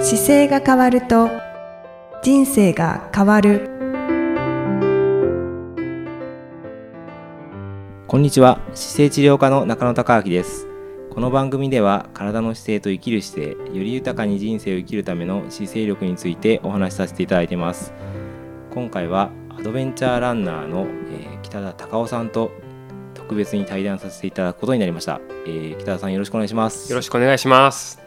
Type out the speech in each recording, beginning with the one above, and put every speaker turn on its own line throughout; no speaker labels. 姿勢が変わると人生が変わる
こんにちは姿勢治療科の中野孝明ですこの番組では体の姿勢と生きる姿勢より豊かに人生を生きるための姿勢力についてお話しさせていただいてます今回はアドベンチャーランナーの、えー北田隆夫さんと特別に対談させていただくことになりました、えー北田さんよろしくお願いします
よろしくお願いします。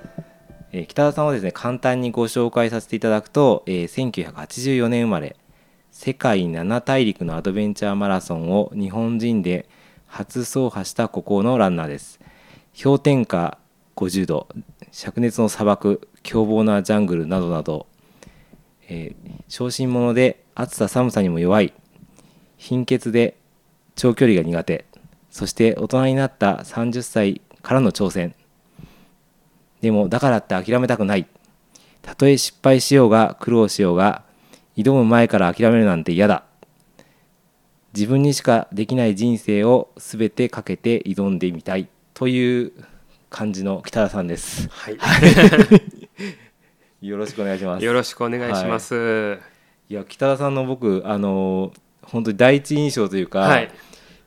えー北田さんはですね簡単にご紹介させていただくと、えー1984年生まれ世界7大陸のアドベンチャーマラソンを日本人で初走破した孤高のランナーです氷点下50度灼熱の砂漠凶暴なジャングルなどなど、えー小心者で暑さ寒さにも弱い貧血で長距離が苦手そして大人になった30歳からの挑戦でもだからって諦めたくないたとえ失敗しようが苦労しようが挑む前から諦めるなんて嫌だ自分にしかできない人生を全てかけて挑んでみたいという感じの北田さんです
はい。
よろしくお願い します
よろしくお願いします。はい
や北田さんの僕あの本当に第一印象というか、
い。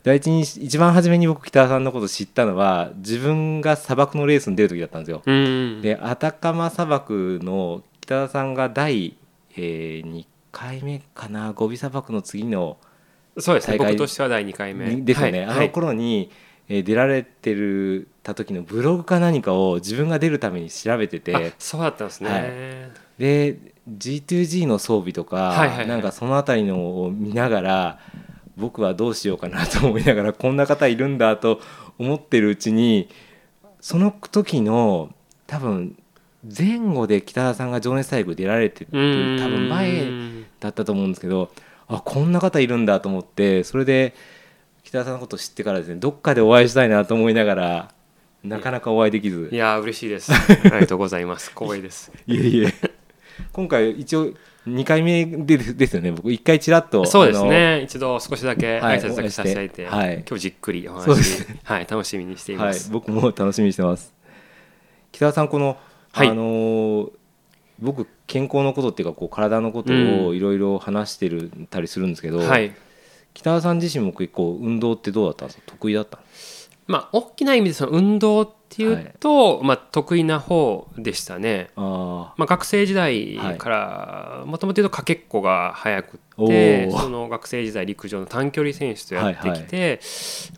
第一印一番初めに僕北田さんのこと知ったのは自分が砂漠のレースに出る時だったんですよ
うんうん。
でアタカマ砂漠の北田さんが第、え2回目かなゴビ砂漠の次の
そうですね。
大会
僕としては第二回目。
にですよね、
はい
あの頃に、えー出られてるた時のブログか何かを自分が出るために調べて
はいあ
て
そうだったんですね。
で G2G の装備とか、
はいはいはい
なんかその辺りのを見ながら僕はどうしようかなと思いながらこんな方いるんだと思ってるうちにその時の多分前後で北田さんが「情熱大陸」出られてる多
うんうんうん
分前だったと思うんですけどあこんな方いるんだと思ってそれで北田さんのこと知ってからですねどっかでお会いしたいなと思いながらなかなかお会いできず。
いやー嬉しい です。ありがとうございます。光栄です。
いえいえ今回一応2回目でですよね僕1回ちらっと
そうですね。一度少しだけ
はい
挨拶だけさせていただいて、
はい
今日じっくりお
そうで
話
す、
はい、楽しみにして
あ
い
のは
ま
い
す。
僕も楽しみにしてます北田さんこの、
はい
あのー僕健康のことっていうかこう体のことを
うん
いろいろ話してるたりするんですけど、
はい。
北田さん自身も結構運動ってどうだったんですか得意だったんです
まあ大きな意味でその運動っていうと、まあ得意な方でしたね。
かあ
まあ、学生時代からもともと言うとかけっこが早くって
おー
その学生時代陸上の短距離選手とやってきて、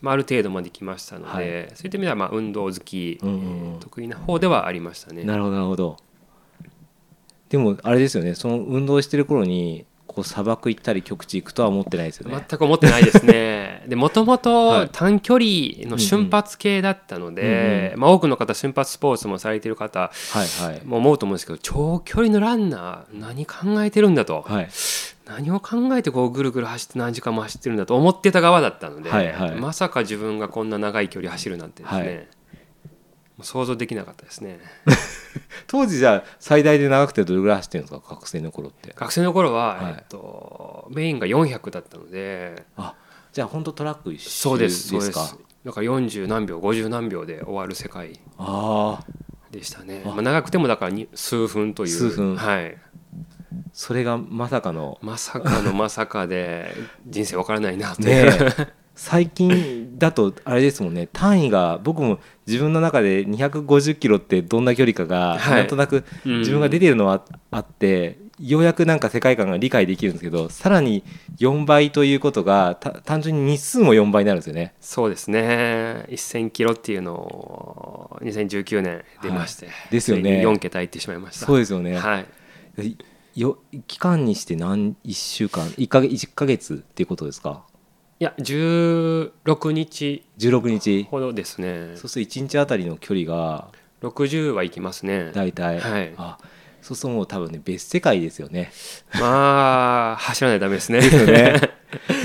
まあ、ある程度まで来ましたので、
はい
そういった意味ではまあ運動好き、
うんうんうん
えー得意な方ではありました
あ
ね。
なるほどなるほどでもあれですよねその運動してる頃にこう砂漠行ったり極地行くとは思ってないですよね、
全く思ってないで すね。でもとも
はい
と短距離の瞬発系だったの
うん
で、
うんう
まあ、多くの方瞬発スポーツもされてる方
はいはい
も思うと思うんですけど長距離のランナー何考えてるんだと、
はい
何を考えてこうぐるぐる走って何時間も走ってるんだと思ってた側だったので、
はいはい
まさか自分がこんな長い距離走るなんてですね、
はい
もう想像できなかったですね
当時じゃあ最大で長くてどれぐらい走ってるんですか学生の頃って
学生の頃は、
はい
えっと、メインが400だったので
あじゃあ本当トラック一周
そうですそうです
か
だから40何秒50何秒で終わる世界
ああ
でしたね
あ
まあ、長くてもだからに数分という
数分
はい、
それがまさかの
まさかのまさかで人生わからないなとい
ね
う、
え最近だとあれですもんね単位が僕も自分の中で250キロってどんな距離かが、
はい
なんとなく
うん
自分が出てるのはあってようやくなんか世界観が理解できるんですけどさらに4倍ということがた単純に日数も4倍になるんですよね
そうですね1000キロっていうのを2019年出まして、
ですよね
ついに4桁いってしまいました
そうですよね、
はい、
いよ期間にして何1週間1か月1ヶ月っていうことですか
いや16日
16日
ほどですね
そうすると1日あたりの距離が
60はいきますね
大体、
はい
あそうするともう多分ね別世界ですよね。
まあ走らないとダメですね
ですよね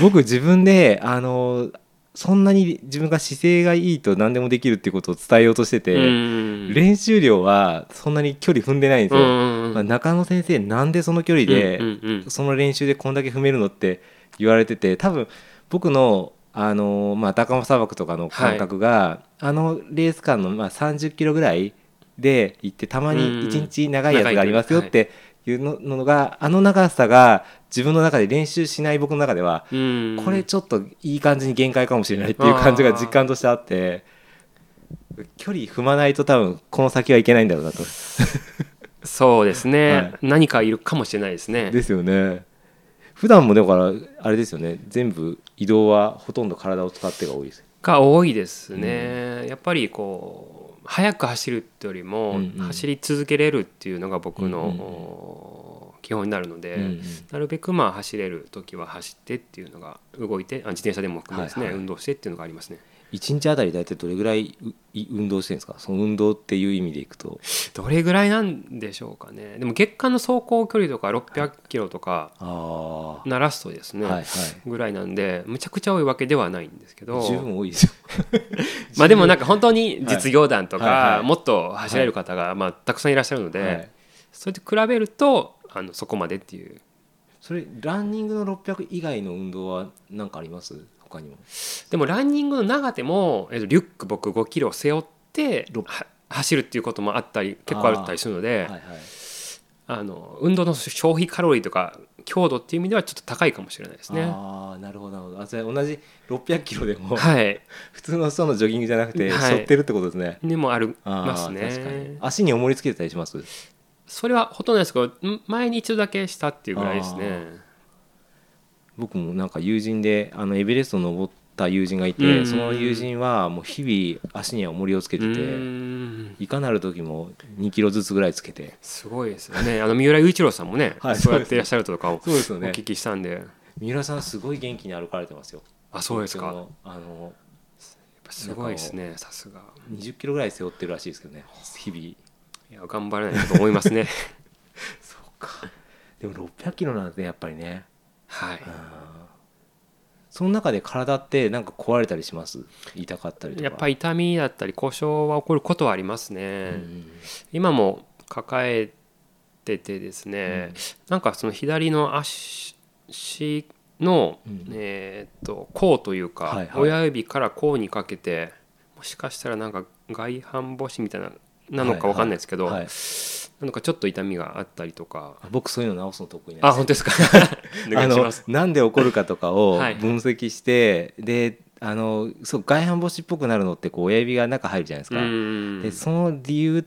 僕自分であのそんなに自分が姿勢がいいと何でもできるっていうことを伝えようとして
う
て、
ん
練習量はそんなに距離踏んでないんです
うんう
よ。
んうん
まあ中野先生なんでその距離で、
うんうんうん
その練習でこんだけ踏めるのって言われてて多分僕のあのまあ高間砂漠とかの感覚が、あのレース間のまあ30キロぐらいで行ってたまに
うん
1日長いやつがありますよっていうののがあの長さが自分の中で練習しない僕の中では
うん
これちょっといい感じに限界かもしれないっていう感じが実感としてあって距離踏まないと多分この先はいけないんだろうなと。
そうですね、
はい
何かいるかもしれないですね
ですよね。普段もだからあれですよね全部移動はほとんど体を使ってが多いです。
が多いですね、やっぱりこう速く走るってよりも、
うんうん
走り続けれるっていうのが僕の、
うんうんうん
お基本になるので、
うんうん
なるべくまあ走れる時は走ってっていうのが動いてあ自転車でも含めですね、
はいはい
運動してっていうのがありますね
一日あたり大体どれぐらいうい運動してるんですかその運動っていう意味でいくと
どれぐらいなんでしょうかねでも月間の走行距離とか600キロとか
あ
ならすとです
あ、
ね、
はいはい
ぐらいなんでむちゃくちゃ多いわけではないんですけど
十分多いですよ
まあでもなんか本当に実業団とか、
はいはいはい
もっと走れる方がまあたくさんいらっしゃるので、
はい
それと比べるとあのそこまでっていう
それランニングの600以外の運動は何かあります他にも
でもランニングの長手も、えっと、リュック僕5キロ背負って
ろ
は走るっていうこともあったり結構あったりするので
はいはい
あの運動の消費カロリーとか強度っていう意味ではちょっと高いかもしれないですね。
ああなるほどなるほどあそれ同じ600キロで も、
はい、
普通の人のジョギングじゃなくて、
はい
背負ってるってことですね
でもあり
あー
ます
確かに
ね。
足に重りつけてたりします
それはほとんどないですけどん前に一度だけしたっていうぐらいですね。
僕もなんか友人であのエベレストを登った友人がいて、
うん
その友人はもう日々足には重りをつけ
う
てて、
ーん
いかなる時も2キロずつぐらいつけて
すごいですよね。あの三浦雄一郎さんもね、
はい
そうやっていらっしゃるとかをお
そうですよね
聞きしたんで、
三浦さんすごい元気に歩かれてますよ
あそうですか。
東京の
やっ
あの
ぱすごいですね。さすが。
20キロぐらい背負ってるらしいですけどね日々
いや頑張らないと思いま すね。
そうかでも600キロなんでやっぱりね
はい。
うんその中で体ってなんか壊れたりします痛かったりとか
やっぱ
り、
り痛みだったり故障は起こることはあります
う
ね。
ん
今も抱えててですね、なんかその左の足足の、
うん
えーっと甲というか、
はいはい
親指から甲にかけてもしかしたらなんか外反母趾みたいななのかわかんないですけど、
はいはい
なんかちょっと痛みがあったりとか。
僕そういうの直すの得意なんです
あ本当ですか。お願いしま す。
あのなんで起こるかとかを
はい
分析して、であのそう外反母趾っぽくなるのってこう親指が中入るじゃないです
う
か、
ん
でその理由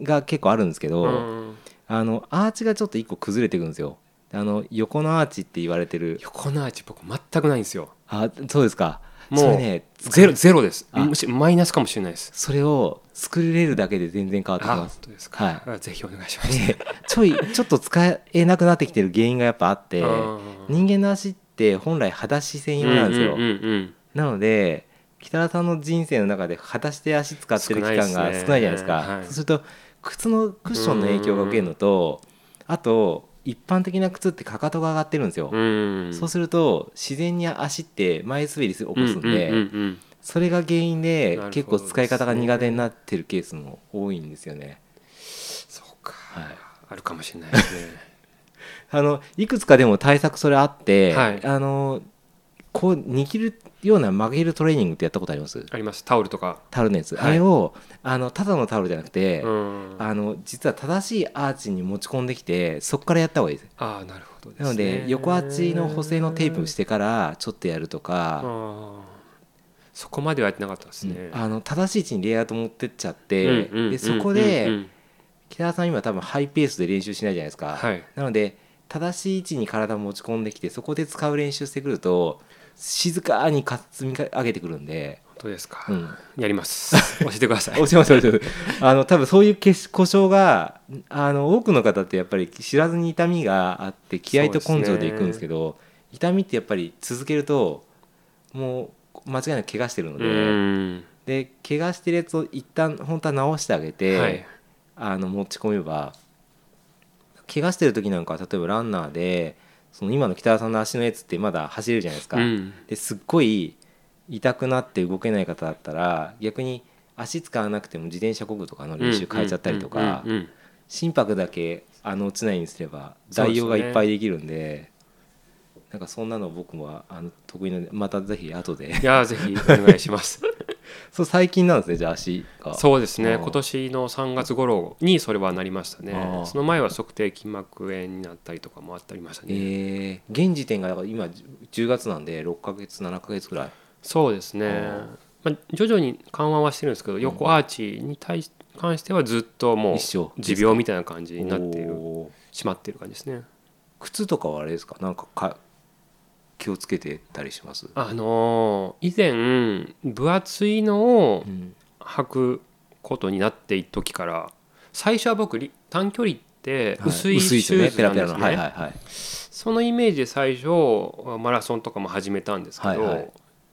が結構あるんですけど、
うん
あのアーチがちょっと一個崩れてくるんですよあの横のアーチって言われてる
横のアーチ僕全くないんですよ。
あそうですか
もう
それね
ゼロゼロです。
あ
むしマイナスかもしれないです。
それを作れるだけで全然変わってき
あ
ま
本
す
当ですか。
は
あぜひお願いし
い
ます。
でちょいちょっと使えなくなってきてる原因がやっぱあって
うん
人間の足って本来裸足専用なんですよ、
うんうんうん
なので北田さんの人生の中で果たして足使ってる期間が
少ないですね
少ないじゃないですか
はい
そうすると靴のクッションの影響が受けるのとあと一般的な靴ってかかとが上がってるんですよ、
うんうん
そうすると自然に足って前滑り起こすんで、
うんうんうんうん
それが原因で
なるほど
結構使い方が苦手になってるケースも多いんですよね。
そうか、
はい
あるかもしれないですね
あのいくつかでも対策それあって、
はい
あのこう握るような曲げるトレーニングってやったことあります
ありますタオルとか、
タオルのやつ、
はい
あれをあのただのタオルじゃなくて、
うん、あ
あの実は正しいアーチに持ち込んできてそこからやった方がいいです
あなるほどです、ね、
なので横アーチの補正のテープしてからちょっとやると
あ
か、
ーそこまではやってなかったですね、
あの正しい位置にレイアウト持ってっちゃっ
うん
て、
うんうん
でそこ
うんう
で
ん
北田さん今多分ハイペースで練習しないじゃないですか、
はい
なので正しい位置に体を持ち込んできてそこで使う練習してくると静かにか積み上げてくるんで、
本当ですか、
うん、
やります 教えてください
おっしゃいますおっしゃいますあの多分そういうけし故障があの多くの方ってやっぱり知らずに痛みがあって気合と根性でいくんですけど痛みってやっぱり続けるともう間違いなく怪我してるの
う
で、
ん
で怪我してるやつを一旦本当は直してあげて、
はい
あの持ち込めば怪我してる時なんかは例えばランナーでその今の北田さんの足のやつってまだ走れるじゃないですか。
うん
ですっごい痛くなって動けない方だったら逆に足使わなくても自転車こぐとかの練習変えちゃったりとか
うんうんうんうん
心拍だけあの落ちないようにすれば代用がいっぱいできるんでなんかそんなの僕もあの得意なんでまたぜひ後で
いやーぜひお願いします
そう最近なんですねじゃ あ足が
そうですね
あー
今年の3月頃にそれはなりました
あ
ね
ー
その前は測定筋膜炎になったりとかもあったりましたね、
えー現時点がだから今10月なんで6ヶ月7ヶ月ぐらい
そうですね
あ
まあ、徐々に緩和はしてるんですけど横アーチに対し関してはずっともう
一緒
持病みたいな感じになっている
おー
しまっている感じですね
靴とかはあれですかなんかか気をつけてたりします
あのー以前分厚いのを
うん
履くことになっていっ時から最初は僕リ短距離って
はい
薄い
薄
シ
い
ュ
ですよね
ー
ペラ
ズなん
ペ
で
ラ
す
のはいは
ね
いはい
そのイメージで最初マラソンとかも始めたんですけど、
はいはい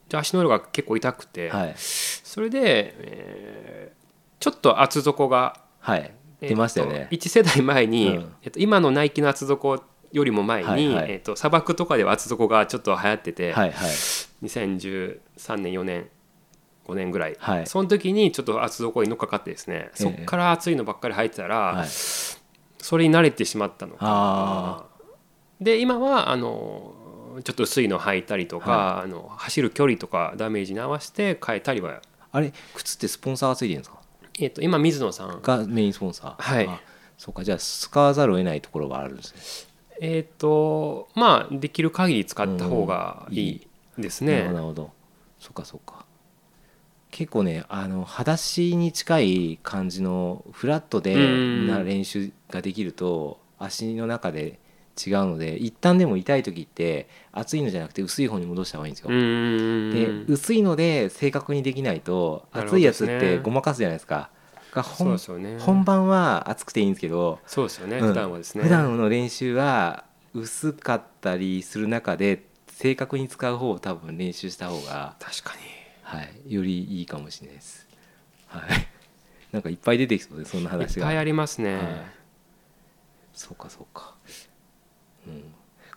じゃあ足の裏が結構痛くて、
はい、
それで、えーちょっと厚底が
はい、出ましたよね、
1世代前に、
うん
えっと、今のナイキの厚底よりも前に、
はいはい
えっと、砂漠とかでは厚底がちょっと流行ってて、
はいはい
2013年4年5年ぐらい、
はい
その時にちょっと厚底に乗っかかってですね、そっから厚いのばっかり入ってたら、
はい
それに慣れてしまったの
あ
かで今はあのちょっと薄いの履いたりとか、あの走る距離とかダメージに合わせて変えたりは、
あれ靴ってスポンサーがついてるんですか
えっと、今水野さん
がメインスポンサー
はい
あそうかじゃあ使わざるを得ないところがあるんですね
えっ、とまあできる限り使った方がいいです
なるほ
ね
ど。なるほどそっかそっか結構ねあの裸足に近い感じのフラットで
うん
な練習ができると足の中で違うので一旦でも痛い時って厚いのじゃなくて薄い方に戻した方がいいんですよ、
う
で
ーん
薄いので正確にできないと
なるほど
厚い
で
や
す
つっ
ね
てごまかすじゃないですかが
そう
本
ですよね。
本番は厚くていいんですけど
そうですよね。
うん
普段はですね。
普段の練習は薄かったりする中で正確に使う方を多分練習した方が、
確かに。
はい、よりいいかもしれないです。はい、なんかいっぱい出てきそうでそんない話
っ
が。
ぱいありますね。
はいそうかそうか。うん、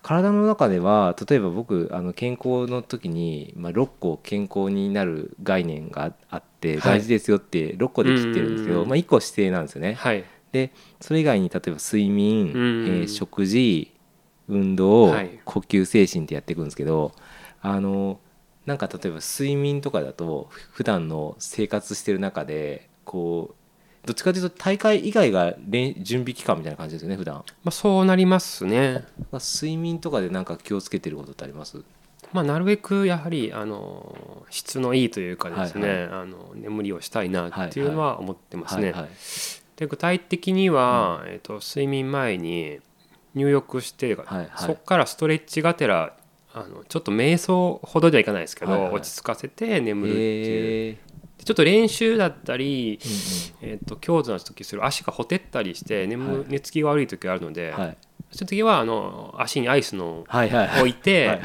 体の中では例えば僕あの健康の時に、まあ、6個健康になる概念があって
はい
大事ですよって6個で切ってるんですけ
うんうん
ど、
うん
まあ、1個指定なんですよね。
はい。
でそれ以外に例えば睡眠、え
うん
ー食事運動、
はい
呼吸精神ってやっていくんですけどあのなんか例えば睡眠とかだとふ普段の生活してる中でこうどっちかというと大会以外が練準備期間みたいな感じですよね普段
まあそうなりますね。
だから睡眠とかでなんか気をつけてることってあります
まあなるべくやはりあの質のいいというかですね、
はい
あの眠りをしたいなっていうのは思ってます
は
ね。
いはい、
で具体的には、えっと睡眠前に入浴して、
はいはい
そこからストレッチがてらあのちょっと瞑想ほどではいかないですけど、
はいはい
落ち着かせて眠るっていう、
えー
でちょっと練習だったり、
う
えっと強度の時する足がほてったりして眠、
はい
寝つきが悪い時があるので、
んうんはい
そういう時はあの足にアイスの
はいはいはい
置いて、
はい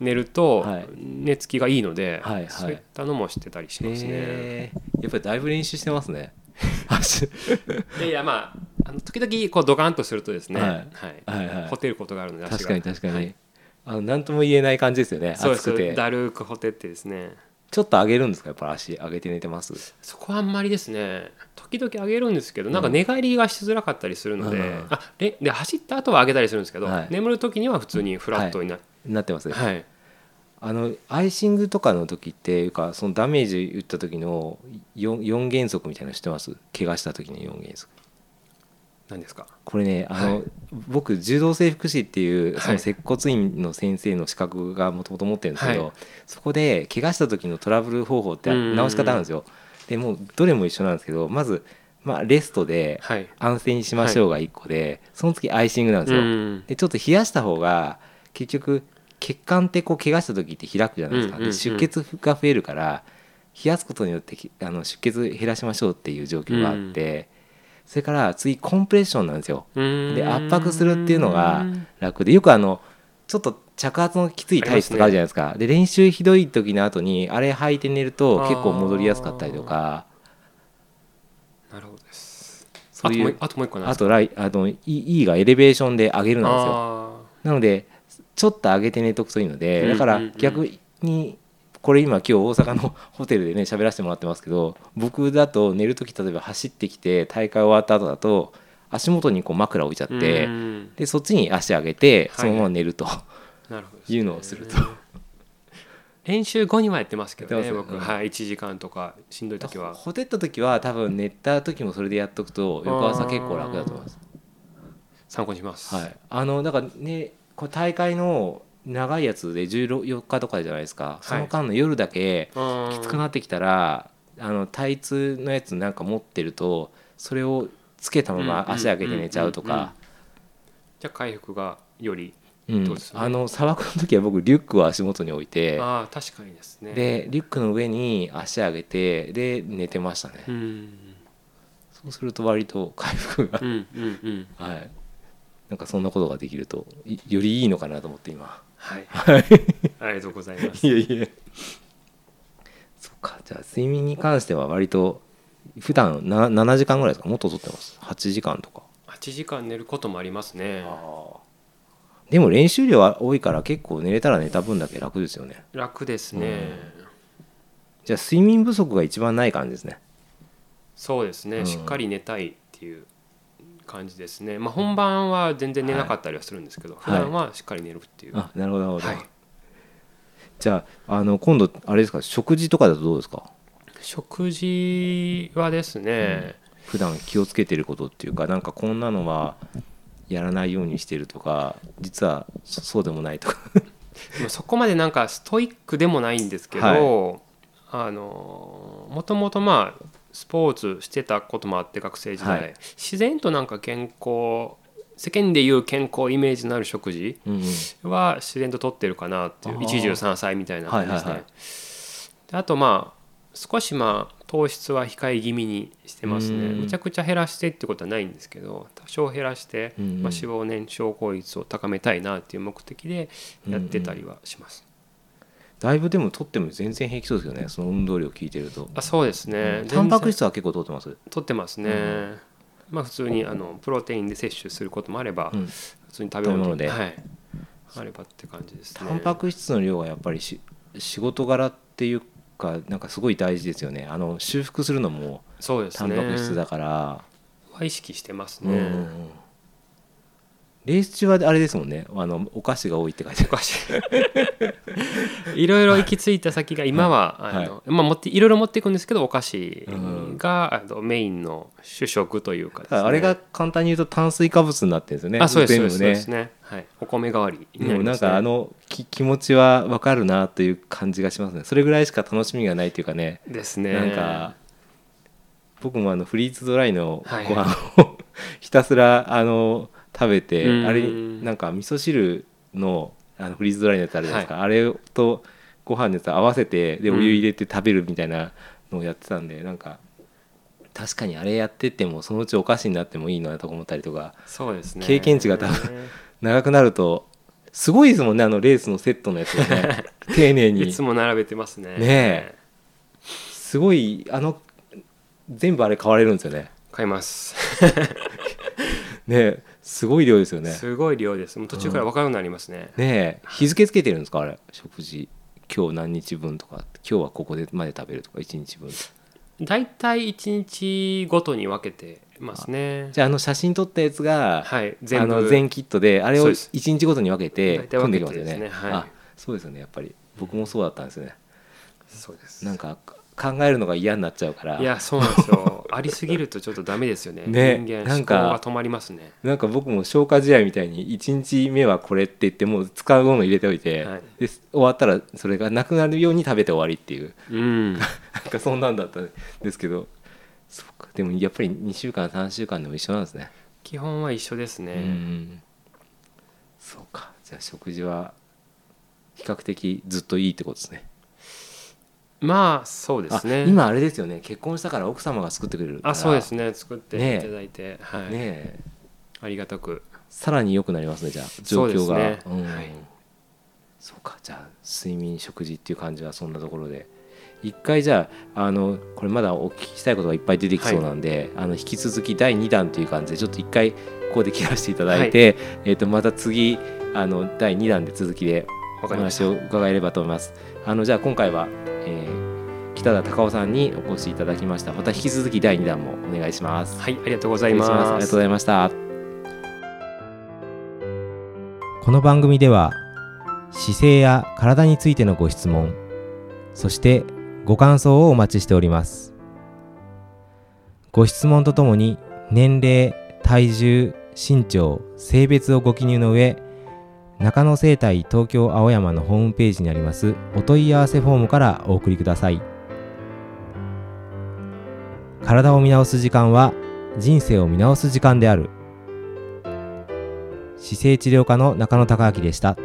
寝ると、
はい
寝つきがいいので、
はいはい
そういったのもしてたりしますね。
えーやっぱりだいぶ練習してますね足
でいやまああの時々こうドカンとするとですね、
は
はいい
はいはい
ホテることがあるので
確かに確かに、
はい
あの何とも言えない感じですよね
そうで
暑
す
くて
だるくホテってですね
ちょっと上げるんですかやっぱ足上げて寝てます
そこはあんまりですね時々上げるんですけどなんか寝返りがしづらかったりするので,、
うん
あでで走った後は上げたりするんですけど、
はい
眠る時には普通にフラットになる、
なってます、
はい
あのアイシングとかの時っていうかそのダメージ打った時の 4, 四原則みたいなの知ってます怪我した時の4原則
何ですか
これねあの、
はい
僕柔道整復師っていうそ
は
の
い
接骨院の先生の資格がもともと持ってるんですけど、
はい
そこで怪我した時のトラブル方法って
うん
直し方あるんですよでもうどれも一緒なんですけどまず、まあ、レストで
はい
安静にしましょうが1個で、その次アイシングなんですよ、
うん
でちょっと冷やした方が結局血管ってこう怪我した時って開くじゃないですか、
うんうんうん
で出血が増えるから冷やすことによってきあの出血減らしましょうっていう状況があって、それから次コンプレッションなんですよで
うん
圧迫するっていうのが楽でよくあのちょっと着圧のきついタイツとかあるじゃないですかで練習ひどい時の後にあれ履いて寝ると結構戻りやすかったりとか
なるほどです
そういう
あともう一個あともう一個なん
あ
ですか
とライあの E- E がエレベーションで上げるなんですよ
あ
なのでちょっと上げて寝とくといいのでだか
うん
ら
うんうん
逆にこれ今今日大阪の ホテルでね喋らせてもらってますけど僕だと寝る時例えば走ってきて大会終わった後だと足元にこう枕置いちゃっ
ーう
て
ん
でそっちに足上げてそ
はい
のまま寝ると、
なるほどですね
いうのをすると
練習後にはやってますけど
やっ
ね
てます
僕、
うん
はい、1時間とかしんどい時は
ほてった時は多分寝た時もそれでやっとくと翌朝結構楽だと思います
参考にします、
はい、あのだからねこう大会の長いやつで14日とかじゃないですか、その間の夜だけ
うん
きつくなってきたらあのタイツのやつなんか持ってるとそれをつけたまま足上げて寝ちゃうとか
じゃあ回復がより
うん
そうですね
あの砂漠の時は僕リュックを足元に置いて
ああ確かにですね
でリュックの上に足上げてで寝てましたね、
うん
そうすると割と回復が
う、んうんうん
はいなんかそんなことができるといよりいいのかなと思って今。
はい、 ありがとうございます
いえいえそっかじゃあ睡眠に関しては割と普段な7時間ぐらいですかもっと取ってます8時間とか
8時間寝ることもありますね
でも練習量は多いから結構寝れたら寝た分だけ楽ですよね
楽ですね、
じゃあ睡眠不足が一番ない感じですね
そうですね、
うん
しっかり寝たいっていう感じですねまあ本番は全然寝なかったりはするんですけど、
い
普段はしっかり寝るっていう、
あなるほどなるほど、
はい
じゃああの今度あれですか食事とかだとどうですか
食事はですね、
普段気をつけてることっていうかなんかこんなのはやらないようにしてるとか実はそそうでもないとか
まあそこまでなんかストイックでもないんですけど、あのもともとまあスポーツしてたこともあって学生時代、
はい
自然となんか健康世間でいう健康イメージのある食事
うん、うん、
は自然と取ってるかなってい
あ
う
ー
一汁三菜みたいな感じですね、
はいはいは
であとまあ少しまあ糖質は控え気味にしてますね
うん
むちゃくちゃ減らしてってことはないんですけど多少減らして、
うんうん
まあ、脂肪燃焼効率を高めたいなっていう目的でやってたりはします、
だいぶでも取っても全然平気そうですよねその運動量聞いてると、
あそうですね、
タンパク
質
質は結構取ってます、
取ってますね、
うん
まあ普通にあのプロテインで摂取することもあれば、
うん
普通に食べ物で
食べ
はい、あればって感じですね
タンパク質の量がやっぱりし仕事柄っていうかなんかすごい大事ですよねあの修復するのも
そうです
タ
ね
ンパク質だから、
は意識してます
うん
ね、
うんうんレース中はあれですもんねあのお菓子が多いって書いてあ
おかしいいろいろ行き着いた先が今は、
はい
あのまあ、持っていろいろ持っていくんですけどお菓子
うん
が、あのメインの主食というかで
る
すね、
あれが簡単に言うと炭水化物になってるんですよね
あそうですそう
全部
です,、
ね
ですね、はい、お米代わりに
で
な
も
り
な
ま
ん
すね
かあのき気持ちは分かるなという感じがしますねそれぐらいしか楽しみがないというかね
ですね
なんか僕もあのフリーズドライの
はい
ご飯を、ひたすらあの食べて
うん
あれなんか味噌汁のあのフリーズドライのやつあるじゃないですか、あれとご飯のやつ合わせてでお
うん
湯入れて食べるみたいなのをやってたんで、なんか確かにあれやっててもそのうちお菓子になってもいいなとか思ったりとか
そうですね
経験値が多分長くなるとすごいですもんねあのレースのセットのやつが ね丁寧に
いつも並べてますね
ねえすごいあの全部あれ買われるんですよね
買います、
ねすごい量ですよね
すごい量ですもう途中から分かるようになりますね、
ねえ日付つけてるんですかあれ食事今日何日分とか今日はここでまで食べるとか1日分とか
大体1日ごとに分けてますね
じゃああの写真撮ったやつが、
はい
あ
全部
の全キットであれ
そ
を
うです
1日ごとに分けて
大体
組んで
分
い
け
き
て
ますよね
ですねはい
あそうですよねやっぱり僕もそうだったんですよね
そうです
なんか考えるのが嫌になっちゃうから
いやそうなんで すよありすぎるとちょっとダメですよね
ね
人間
な
思
ん
考
か
が止まりますね
なんか僕も消化試合みたいに1日目はこれって言ってもう使うもの入れておいて、
はい
で終わったらそれがなくなるように食べて終わりっていう
うん
なんかそんなんだったんですけどそっかでもやっぱり2週間3週間でも一緒なんですね、
基本は一緒です
うんうんう
ね、
んそうかじゃあ食事は比較的ずっといいってことですね
まあそうですね
あ今あれですよね結婚したから奥様が作ってくれるから
あそうです
ね
ね作っていただいて、はい、
え
ありがたく
さらに良くなりますねじゃあ状況
そう
が
ですね
うん
はい
そうかじゃあ睡眠食事っていう感じはそんなところで一回じゃああのこれまだお聞きしたいことがいっぱい出てきそうなんで、あの引き続き第2弾という感じでちょっと一回ここで切らせていただいて、 えー、とまた次あの第2弾で続きでお
わかりました
話を伺えればと思います。あのじゃあ今回は、えー北田隆夫さんにお越しいただきました。また引き続き第2弾もお願いします。
はいありがとうござい
失礼しますありが
ま
とう
す
ございましたこの番組では姿勢や体についてのご質問そしてご感想をお待ちしておりますご質問とともに年齢体重身長性別をご記入の上中野生態東京青山のホームページにありますお問い合わせフォームからお送りください体を見直す時間は人生を見直す時間である姿勢治療科の中野孝明でした